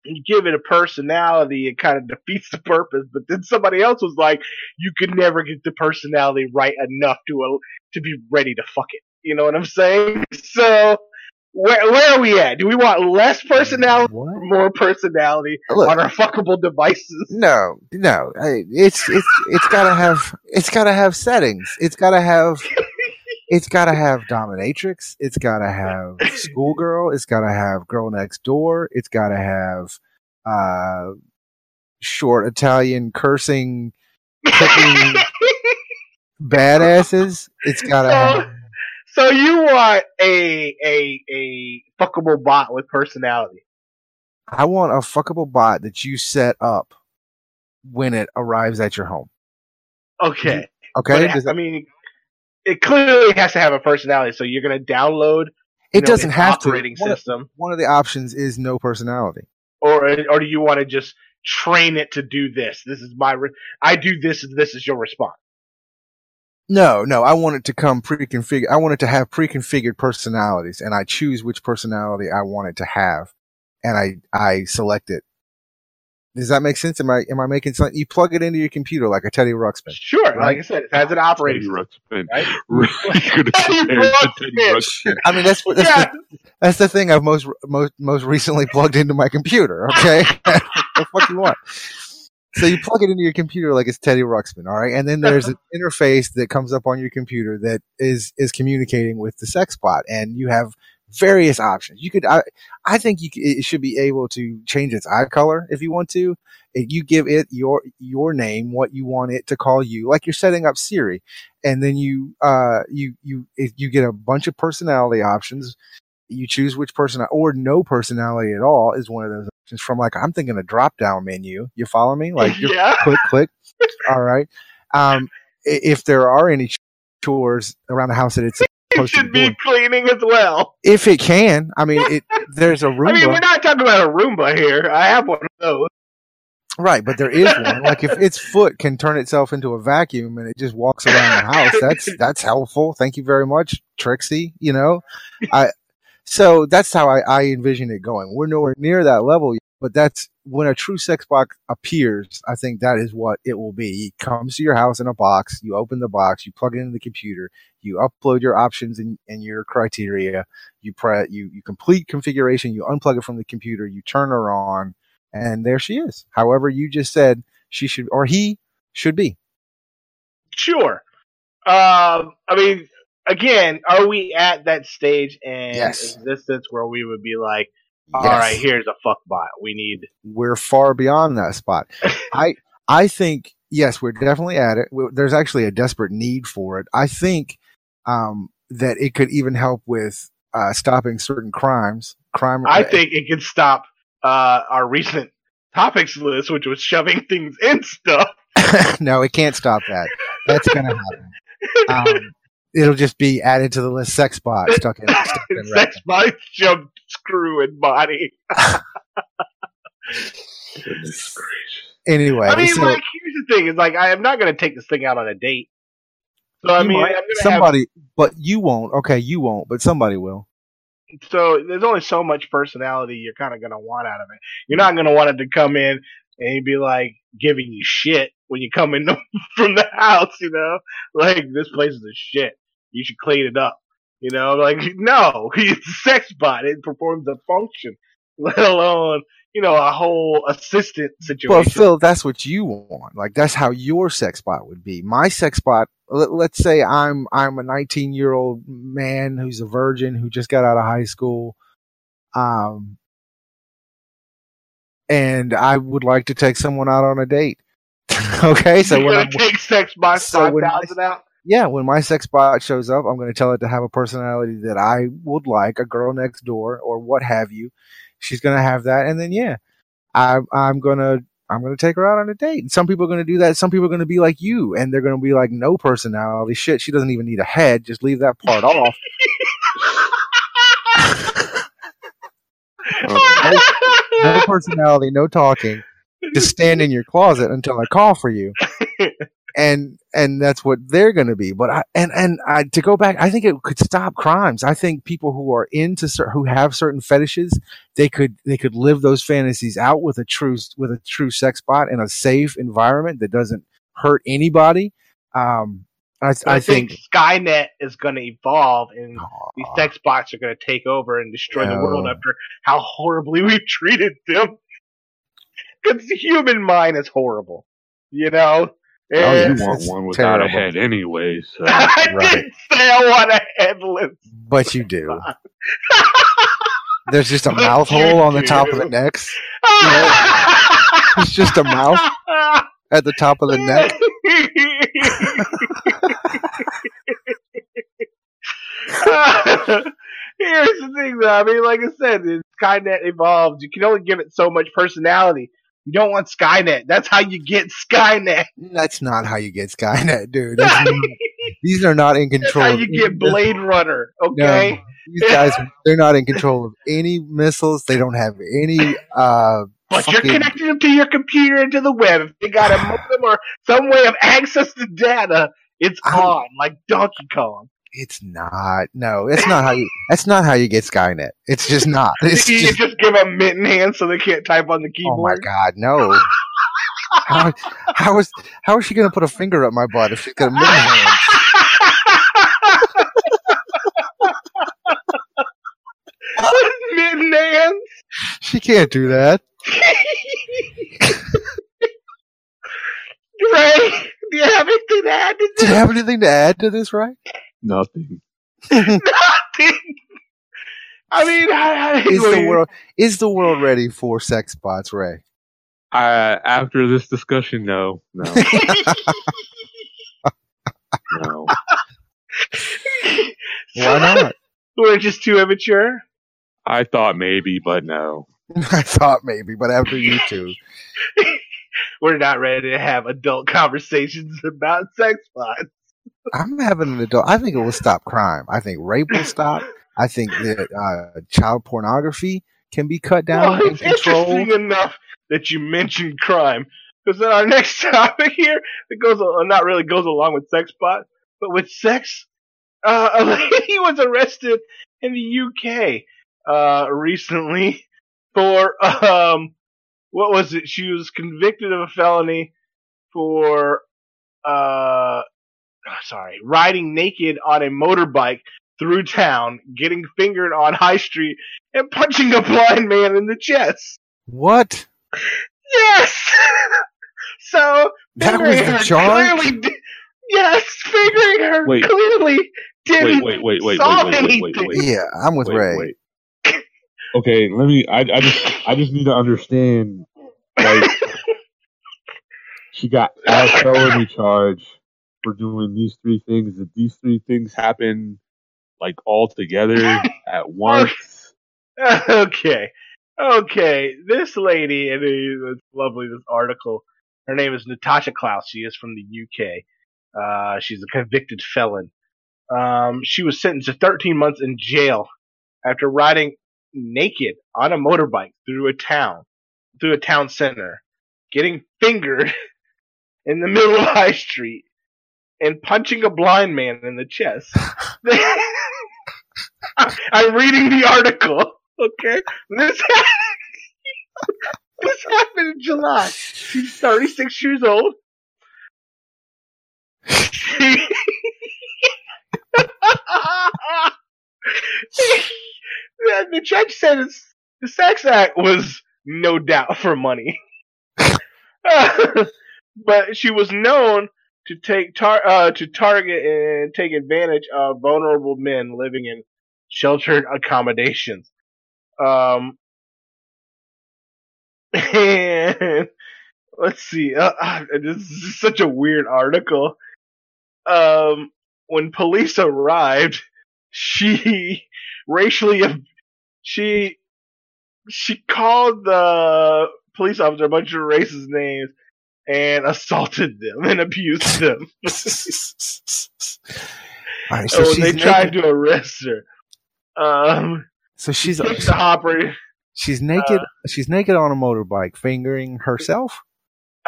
you give it a personality, it kind of [LAUGHS] defeats the purpose. But then somebody else was like, you could never get the personality right enough to al- to be ready to fuck it. You know what I'm saying? [LAUGHS] So where where are we at? Do we want less personality, What? or more personality Look, on our fuckable devices? no, no. I, it's it's it's gotta have it's gotta have settings. It's gotta have it's gotta have dominatrix. It's gotta have schoolgirl. It's gotta have girl next door. It's gotta have uh short Italian cursing [LAUGHS] cooking badasses. It's gotta have So you want a a a fuckable bot with personality? I want a fuckable bot that you set up when it arrives at your home. Okay. Okay? But it- Does that- I mean, it clearly has to have a personality. So you're gonna download. you it know, doesn't an have operating to. One of- system, one of the options is no personality. or or do you want to just train it to do this? This is my. Re- I do this. and This is your response. No, no, I want it to come pre-configured. I want it to have pre-configured personalities and I choose which personality I want it to have and I, I select it. Does that make sense? Am I, am I making sense? You plug it into your computer like a Teddy Ruxpin. Sure, like Right. I said, it has an operating Teddy system, Ruxpin. [LAUGHS] right? You're [LAUGHS] gonna compare it to Teddy Ruxpin. I mean, [LAUGHS] that's what, that's, Yeah, the, that's the thing I've most, most, most recently plugged into my computer. Okay. [LAUGHS] what the fuck you want? So you plug it into your computer like it's Teddy Ruxpin. All right. And then there's an interface that comes up on your computer that is, is communicating with the sex bot and you have various options. You could, I, I think you, c- it should be able to change its eye color if you want to. If you give it your, your name, what you want it to call you, like you're setting up Siri. And then you, uh, you, you, if you get a bunch of personality options. You choose which person or no personality at all is one of those options from like, I'm thinking a drop down menu. You follow me? [LAUGHS] Like you're yeah. click, click. All right. Um, i- if there are any chores around the house that it's It supposed to be should be doing, cleaning as well. if it can, I mean, it, there's a [LAUGHS] Roomba, I mean, we're not talking about a Roomba here. I have one of those. right? But there is one. Like if its foot can turn itself into a vacuum and it just walks around the house, that's that's helpful. Thank you very much, Trixie. You know, I. So that's how I, I envision it going. We're nowhere near that level, yet, but that's when a true sex box appears. I think that is what it will be. It comes to your house in a box. You open the box. You plug it into the computer. You upload your options and, and your criteria. You pre you you complete configuration. You unplug it from the computer. You turn her on, and there she is. However, you just said she should or he should be. Sure. Um, I mean, again, are we at that stage in Yes. existence where we would be like, all right, here's a fuck bot. We need we're far beyond [LAUGHS] that spot. I I think yes, we're definitely at it. We- There's actually a desperate need for it. I think um, that it could even help with uh, stopping certain crimes. Crime. [LAUGHS] I think it can stop uh, our recent topics list, which was shoving things in stuff. no, it can't stop that. That's going to happen. Um, it'll just be added to the list. Sex bot stuck in. Stuck [LAUGHS] in Sex by shoved screw and body. [LAUGHS] Goodness gracious. anyway, I mean, so like, here's the thing: is like, I am not going to take this thing out on a date. So I you mean, might- I'm gonna have somebody, but you won't. Okay, you won't, but somebody will. So there's only so much personality you're kind of going to want out of it. You're not going to want it to come in and be like giving you shit when you come in [LAUGHS] from the house, you know? Like, this place is a shit. You should clean it up. You know, like, [LAUGHS] no, it's a sex bot. It performs a function, [LAUGHS] let alone, you know, a whole assistant Well, situation. Phil, that's what you want. Like that's how your sex bot would be. My sex bot. Let, let's say I'm I'm a 19 year old man who's a virgin who just got out of high school, um, and I would like to take someone out on a date. [LAUGHS] okay, so You're when gonna I'm, take sex by so five when I- thousand [LAUGHS] out. [LAUGHS] yeah, when my sex bot shows up, I'm going to tell it to have a personality that I would like, a girl next door or what have you. She's going to have that, and then yeah, I, I'm going to I'm going to take her out on a date. And some people are going to do that. Some people are going to be like you, and they're going to be like, no personality, shit. She doesn't even need a head. Just leave that part off. Oh, No personality, no talking. just stand in your closet until I call [LAUGHS] for you. and and that's what they're going to be. But I and and I to go back, I think it could stop crimes. I think people who are into cer- who have certain fetishes, they could they could live those fantasies out with a true with a true sex bot in a safe environment that doesn't hurt anybody. Um, I, I think. Skynet is going to evolve, and these Aw. sex bots are going to take over and destroy the world No. after how horribly [LAUGHS] we've treated them. Because the human mind is horrible, you know. Oh, I And- don't yeah. It's- want it's one without terrible. a head anyway, [LAUGHS] so [LAUGHS] I Right. didn't say I want a headless. [LAUGHS] But [LAUGHS] you do. There's just a But mouth you hole on the top of the do. necks. [LAUGHS] It's just a mouth at the top of the neck. Here's the thing, though. I mean, like I said, it's Skynet evolved. You can only give it so much personality. You don't want Skynet. That's how you get Skynet. That's not how you get Skynet, dude. [LAUGHS] That's not- these are not in That's control. how you get Blade Runner. Okay. These guys, they're not in control of any missiles. They don't have any. Uh, But fucking- you're connecting them to your computer and to the web. If they [SIGHS] got a modem or some way of access to data, it's I'm- on, like Donkey Kong. It's not. No, that's not how you. That's not how you get Skynet. It's [LAUGHS] just not. It's you just. just give them mitten hands so they can't type on the Oh my keyboard. god, no. How, how is how is she gonna put a finger up my butt if she's got a middle hand? mitten hands. She can't do that. Ray, do you have anything to add to Do you this? have anything to add to this, [LAUGHS] right? nothing. Nothing. I mean, I, I, Is the anyway, [LAUGHS] world is the world ready for sex bots, Ray? Uh, after this discussion, no, no, [LAUGHS] no. Why not? We're just too immature. I thought maybe, but no. [LAUGHS] I thought maybe, but after you two. We're not ready to have adult conversations about sex bots. I'm having an adult. I think it will stop crime. I think rape will stop. I think that uh, child pornography can be cut down Well, and it's interesting controlled. enough that you mentioned crime because then our [LAUGHS] next topic here that goes uh, not really goes along with sex bot, but with sex. Uh, [LAUGHS] a lady was arrested in the UK uh, recently for um, what was it? She was convicted of a felony for uh, [SIGHS] sorry, riding naked on a motorbike through town, getting fingered on High Street, and punching a blind man in the chest. What? Yes. so That was fingering the her charge. Clearly, di- yes, fingering her Wait. clearly Wait, didn't. wait, wait, wait, wait, Saw wait, wait, wait, anything. wait. Yeah, I'm with wait, Ray. wait. Okay, let me. I, I just, I just need to understand. Like, she got a felony charge for doing these three things. Did these three things happen like all [LAUGHS] together at once? okay, okay. This lady, and it- it's lovely. This article. Her name is Natasha Klaus. She is from the UK. Uh, she's a convicted felon. Um, she was sentenced to 13 months in jail after riding naked on a motorbike through a town, through a town center, getting fingered [LAUGHS] in the middle of High Street, and punching a blind man in the chest. [LAUGHS] I'm reading the article. Okay, this [LAUGHS] this happened in July. She's 36 years old. She [LAUGHS] the, the judge said it's, the sex act was no doubt for money, [LAUGHS] but she was known to take tar- uh, to target and take advantage of vulnerable men living in sheltered accommodations. Um, [LAUGHS] and let's see. Uh, ah, this is such a weird article. Um, when police arrived, she [LAUGHS] racially ab- she she called the police officer a bunch of racist names and assaulted them and [LAUGHS] abused them. All so when right, so she's Oh, they tried naked. to arrest her, um, So she's took the hopper. she's naked. Uh. she's naked on a motorbike, fingering herself.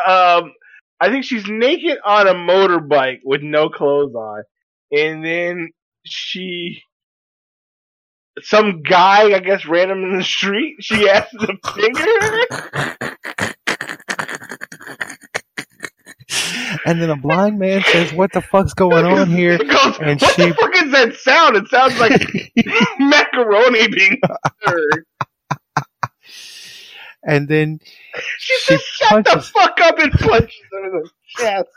Um, I think she's naked on a motorbike with no clothes on, and then she. Some guy, I guess, random in the street. She [LAUGHS] asked him to finger her. And then a blind man says, "What the fuck's going on here?" [LAUGHS] He goes, and what she- the fuck is that sound? It sounds [LAUGHS] like macaroni being stirred. And then She, She just shut punches- the fuck up and punches him in the chest.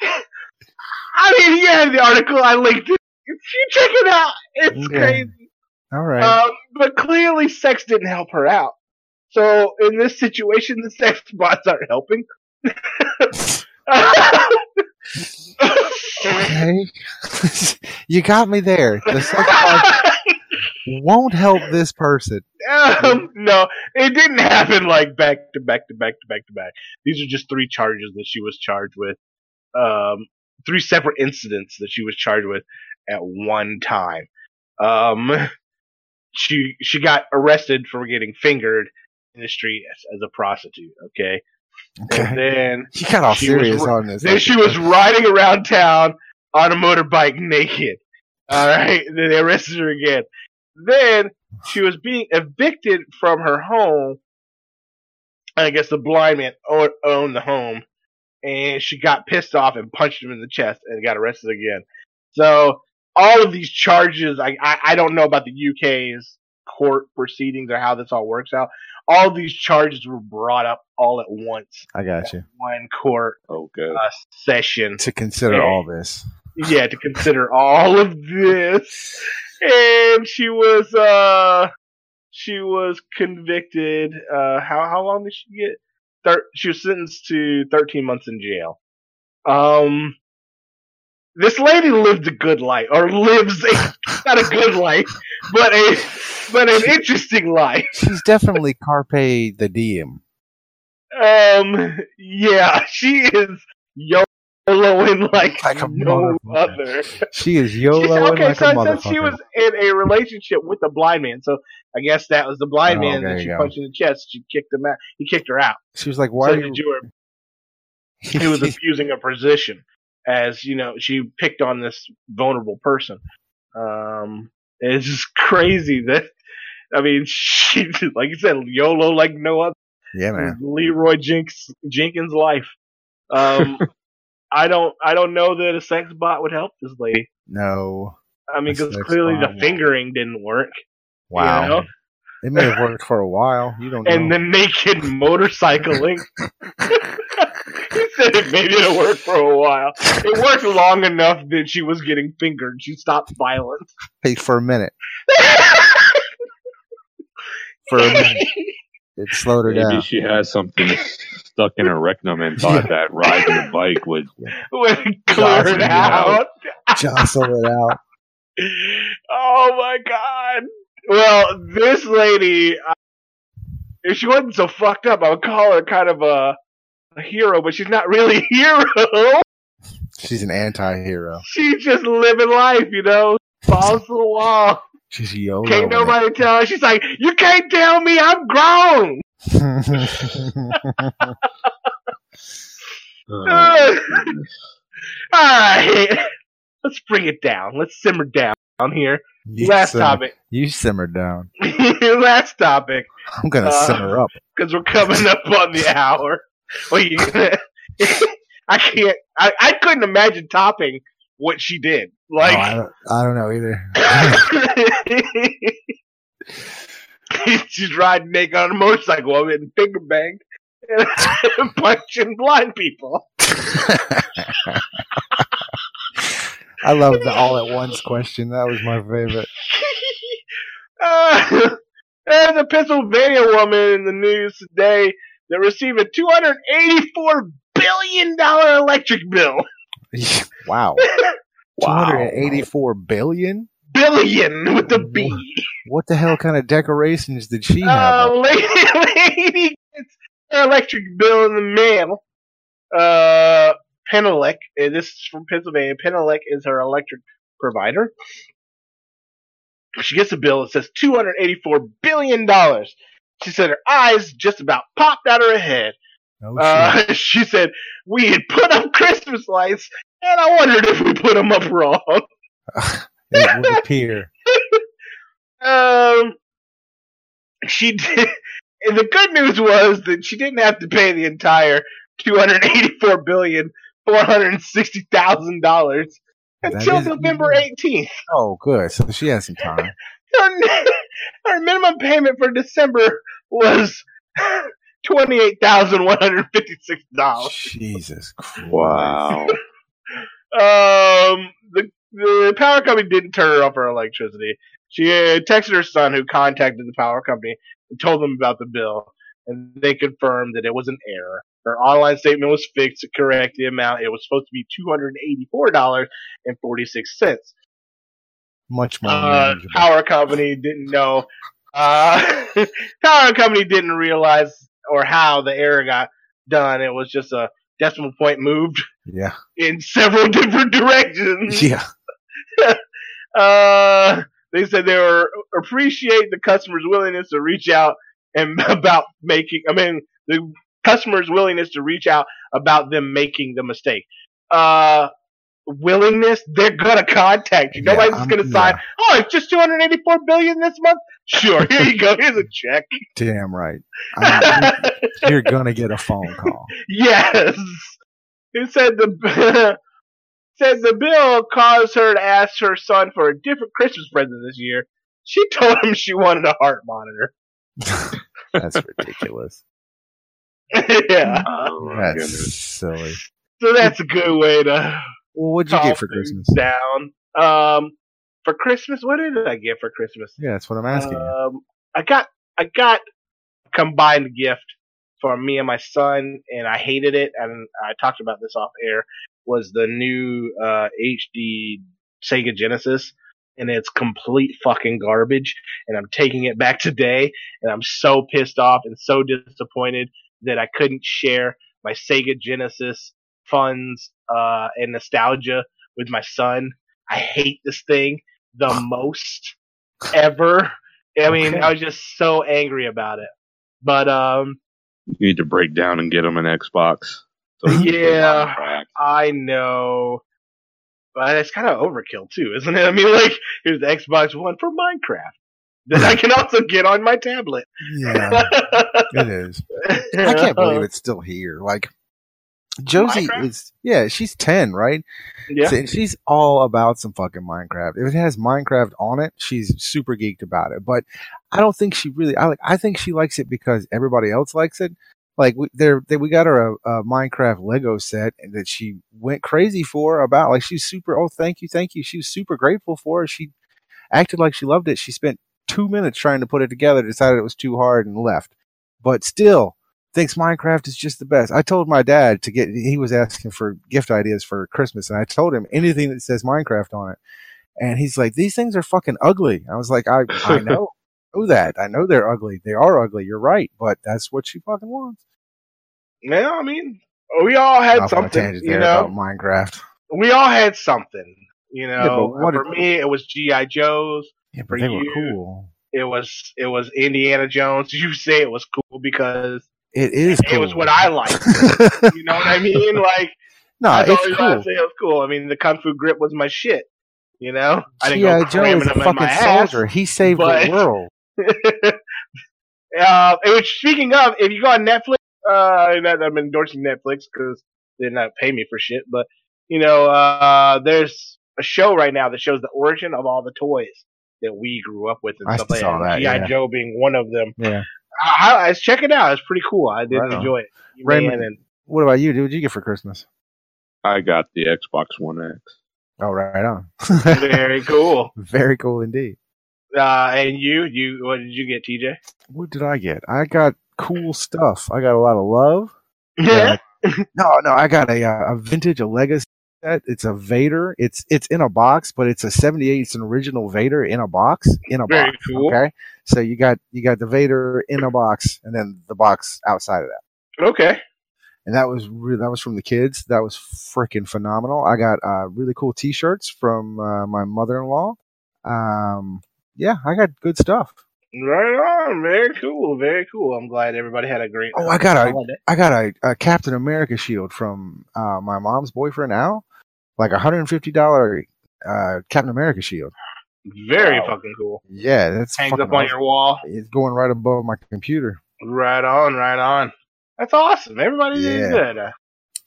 I mean, yeah, the article I linked it. You check it out. It's Okay. crazy. all right, Um, but clearly, sex didn't help her out. So in this situation, the sex bots aren't [LAUGHS] helping. okay. [LAUGHS] you got me there. The sex pod won't help this person. um, no, it didn't happen like back to back to back to back to back. These are just three charges that she was charged with. Um, three separate incidents that she was charged with at one time. Um, she she got arrested for getting fingered in the street as, as a prostitute. Okay, and Okay, then she got all She was serious ri- on this. Then she was riding around town on a motorbike naked. All right. [LAUGHS] Then they arrested her again. Then she was being evicted from her home. I guess the blind man o- owned the home, and she got pissed off and punched him in the chest and got arrested again. So all of these charges, I I, I don't know about the UK's court proceedings or how this all works out. All these charges were brought up all at once, I got you one court Okay. uh, session. to consider all this. Yeah, to consider all of this, and she was uh she was convicted. Uh, how how long did she get? Thir- she was sentenced to thirteen months in jail. Um, this lady lived a good life, or lives a, [LAUGHS] not a good life, but a but an interesting life. She's definitely carpe the diem. Um, yeah, she is YOLOing like, Like a no motherfucker. other. She is She's- YOLO okay, so like a it says motherfucker. she was in a relationship with a blind man, so I guess that was the blind Oh, man there that you she go. punched in the chest. She kicked him out. He kicked her out. she was like, "Why so are the you?" [LAUGHS] Jew- he was abusing a position, as you know, she picked on this vulnerable person. Um, it's just [LAUGHS] crazy that. I mean, [LAUGHS] she like you said, YOLO like no other. yeah, man. Leroy Jinx, Jenkins' life. [LAUGHS] Um, I don't, I don't know that a sex bot would help this lady. No. I mean, A because sex clearly bot, the no. fingering didn't work. you Wow. know? It may have worked for a while. You don't And know. the naked motorcycling. [LAUGHS] he said it made it work for a while. It worked long enough that she was getting fingered. She stopped violence. [LAUGHS] hey, for a minute. For a minute. [LAUGHS] It slowed her Maybe down. she has something stuck in her rectum and thought that riding the bike would. when it cleared Jostled it out. out. Jostle it out. Oh my god. Well, this lady, uh, if she wasn't so fucked up, I would call her kind of a, a hero, but she's not really a [LAUGHS] hero. She's an anti hero. She's just living life, you know? Falls to the wall. She's YOLO. Can't nobody tell her. She's like, you can't tell me I'm grown. [LAUGHS] Oh, goodness. All right. [LAUGHS] Let's bring it down. Let's simmer down here. you, Last simmer, topic. [LAUGHS] you simmer down. Last topic. I'm going to Uh, simmer up. because we're coming up on the hour. Well, you, [LAUGHS] I can't. I, I couldn't imagine topping what she did. Oh, Like I, don't, I don't know either. [LAUGHS] she's riding naked on a motorcycle, I'm getting finger banged, [LAUGHS] and [LAUGHS] punching blind people. I love the all at once question. That was my favorite. [LAUGHS] Uh, there's a Pennsylvania woman in the news today that received a $284 billion electric bill. [LAUGHS] [LAUGHS] Wow. Wow. 284 billion? Billion with the B. What the hell kind of decorations did she have? Uh, lady, [LAUGHS] lady gets her electric bill in the mail. Uh, Penelec, uh, this is from Pennsylvania. Penelec is her electric provider. She gets a bill that says $284 billion. She said her eyes just about popped out of her head. Oh, shit. Uh, [LAUGHS] she said, We had put up Christmas lights, and I wondered if we put them up wrong. it [LAUGHS] would appear. Um, she did. [LAUGHS] And the good news was that she didn't have to pay the entire two hundred eighty-four billion four hundred sixty thousand dollars That until is- November eighteenth. Oh, good. So she has some time. Her, [LAUGHS] her minimum payment for December was [LAUGHS] twenty-eight thousand one hundred fifty-six dollars. Jesus [LAUGHS] Christ. Wow. Um, the, the power company didn't turn off her electricity. She uh, texted her son, who contacted the power company and told them about the bill, and they confirmed that it was an error. Her online statement was fixed to correct the amount. It was supposed to be two hundred eighty-four dollars and forty-six cents. Much more. Uh, manageable. power company didn't know. Uh, [LAUGHS] power company didn't realize or how the error got done. It was just a decimal point moved yeah. in several [LAUGHS] different directions. Yeah. Uh, they said they were appreciate the customer's willingness to reach out and [LAUGHS] about making. I mean, the customer's willingness to reach out about them making the mistake. Uh, willingness? They're gonna contact you. Yeah, Nobody's I'm- gonna sign. Oh, it's just two hundred eighty-four billion this month. Sure, here you go. Here's a [LAUGHS] check. Damn right. I, you're gonna get a phone call. Yes. It said the [LAUGHS] said the bill caused her to ask her son for a different Christmas present this year. She [LAUGHS] told him she wanted a heart monitor. [LAUGHS] That's ridiculous. yeah. [LAUGHS] Oh, my That's goodness. silly. So that's a good way to Well, what'd you calm get for things Christmas? down. Um for Christmas, what did I get for Christmas? Yeah, that's what I'm asking. you. Um, I got I got a combined gift for me and my son, and I hated it. And I talked about this off air. Was the new uh, HD Sega Genesis, and it's complete fucking garbage. And I'm taking it back [LAUGHS] today, and I'm so pissed off and so disappointed that I couldn't share my Sega Genesis funds uh, and nostalgia with my son. I hate this thing the most ever. I mean, Ah. Okay. I was just so angry about it. But um, You need to break down and get him an Xbox. So he can play Yeah. Minecraft. I know, but it's kind of overkill too, isn't it? [LAUGHS] I mean, like here's the Xbox One for Minecraft that [LAUGHS] I can also get on my tablet. Uh, Yeah, [LAUGHS] it is. I can't Uh-huh. believe it's still here. Like Josie Minecraft? is. Yeah, she's ten, right? [LAUGHS] Yeah. And she's all about some fucking Minecraft. If it has Minecraft on it, she's super geeked about it. But I don't think she really. I like. I think she likes it because everybody else likes it. Like we, there, they, we got her a, a Minecraft Lego set that she went crazy for. About like she's super. Oh, thank you, thank you. She was super grateful for. it. She acted like she loved it. She spent two minutes trying to put it together, decided it was too hard, and left. But still, thinks Minecraft is just the best. I told my dad to get, he was asking for gift ideas for Christmas, and I told him anything that says Minecraft on it. And he's like, these things are fucking ugly. I was like, I, [LAUGHS] I know, know that. I know they're ugly. They are ugly. You're right, but that's what she fucking wants. Yeah, I mean, we all had Off on a something, tangent you there know. about Minecraft. We all had something, you Yeah, know. but what for if- me, it was GI Joes. Yeah, For but they were you. cool. It was it was Indiana Jones. [LAUGHS] You say it was cool because It is. It was cool. what [LAUGHS] I liked. you know what I mean. Like no, That's it's always why I cool. say it was cool. I mean, the kung fu grip was my shit. You know, I didn't G.I. go Joe is cramming a them in my fucking ass. soldier. He saved but- the world. [LAUGHS] uh, and which, speaking of, if you go on Netflix, uh, not that I'm endorsing Netflix because they're not pay me for shit, but you know, uh, there's a show right now that shows the origin of all the toys that we grew up with and I stuff saw like that, G.I. yeah. Joe being one of them. Yeah. I, I, I check it out. It's pretty cool. I did Right on. enjoy it. Raymond- Man, and What about you, dude? What'd you get for Christmas? I got the Xbox One X. Oh, right on. [LAUGHS] very cool. Very cool indeed. Uh, and you, you, what did you get, TJ? [LAUGHS] What did I get? I got cool stuff. I got a lot of love. Yeah. No, no, I got a uh, a vintage, a legacy set. It's a Vader. It's it's in a box, but it's a '78. It's an original Vader in a box. In a Very box. cool. Okay. So you got you got the Vader in a box, and then the box outside of that. Okay. And that was re- that was from the kids. That was freaking phenomenal. I got uh, really cool T-shirts from uh, my mother-in-law. Um, yeah, I got good stuff. Right on. Very cool. Very cool. I'm glad everybody had a great. Oh, I got a- holiday. I got a, a Captain America shield from uh, my mom's boyfriend Al, like a hundred and fifty dollar uh, Captain America shield. Very Wow. fucking cool. Yeah, that's Hangs fucking up on awesome. your wall. It's going right above my computer. Right on. Right on. That's awesome. Everybody Yeah. did good.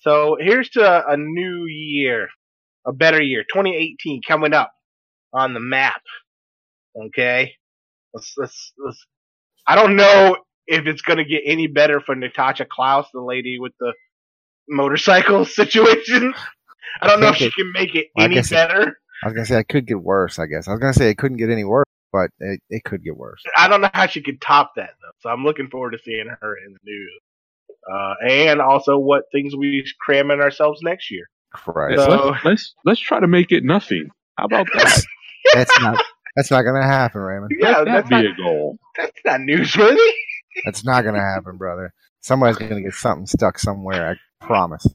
So here's to a new year, a better year, 2018 coming up on the map. Okay. Let's let's let's. I don't know if it's gonna get any better for Natasha Klaus, the lady with the motorcycle [LAUGHS] situation. I don't know if think she it- can make it I any guess it- better. I was gonna say I could get worse. I guess I was gonna say it couldn't get any worse, but it, it could get worse. I don't know how she could top that though. So I'm looking forward to seeing her in the news. Uh, and also what things we cram in ourselves next year. Christ, Let's, So- let's let's try to make it nothing. How about that? that's not that's not gonna happen, Raymond. Yeah, Let that that's be not, a goal. that's not newsworthy. That's not gonna happen, brother. Somebody's gonna get something stuck somewhere. I promise.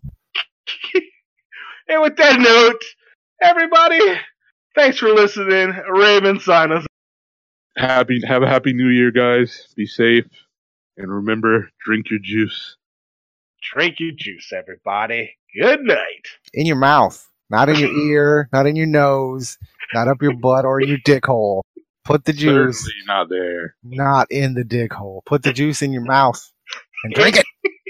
And with that note, everybody, thanks for listening. Raven sign us. Happy have a happy new year, guys. Be safe and remember, drink your juice. Drink your juice, everybody. Good night. In your mouth, not in your ear, not in your nose, not up your butt or your dick hole. Put the juice. Certainly not there. not in the dick hole. Put the juice in your mouth and drink it.